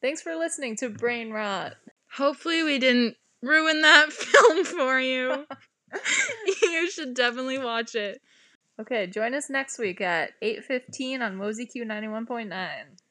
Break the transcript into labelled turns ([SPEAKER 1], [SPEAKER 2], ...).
[SPEAKER 1] Thanks for listening to Brain Rot.
[SPEAKER 2] Hopefully, we didn't ruin that film for you. you should definitely watch it.
[SPEAKER 1] Okay, join us next week at 8.15 on Mosey Q 91.9.